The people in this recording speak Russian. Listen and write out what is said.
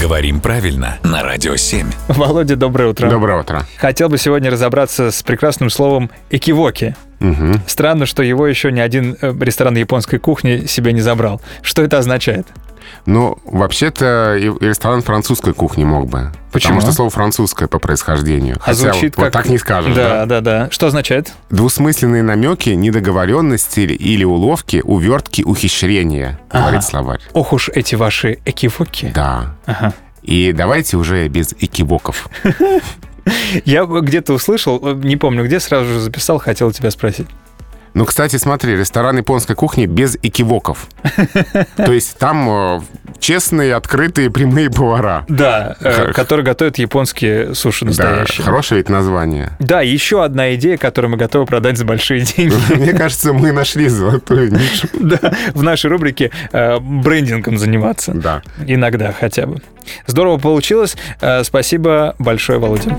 Говорим правильно на Радио 7. Володя, доброе утро. Доброе утро. Хотел бы сегодня разобраться с прекрасным словом «экивоки». Мгм. Странно, что его еще ни один э, ресторан японской кухни себе не забрал. Что это означает? Ну, вообще-то и и ресторан французской кухни мог бы. Почему? Потому что слово французское по происхождению. А Хотя звучит вот как- так не скажешь, Да, да? да, да. Что означает? Двусмысленные намеки, недоговоренности или- или уловки, увертки, ухищрения, говорит словарь. Ох уж эти ваши экивоки. Да. Ага. И давайте уже без экивоков. Я бы где-то услышал, э, не помню где, сразу же записал, хотел тебя спросить. Ну, кстати, смотри, ресторан японской кухни без экивоков. То есть там э, честные, открытые, прямые повара. Да, э, Хо- которые готовят японские суши Да, настоящие. хорошее ведь название. Да, еще одна идея, которую мы готовы продать за большие деньги. Мне кажется, мы нашли золотую нишу. Да, в нашей рубрике э, брендингом заниматься. Да. Иногда хотя бы. Здорово получилось. Э, Спасибо большое, Володя.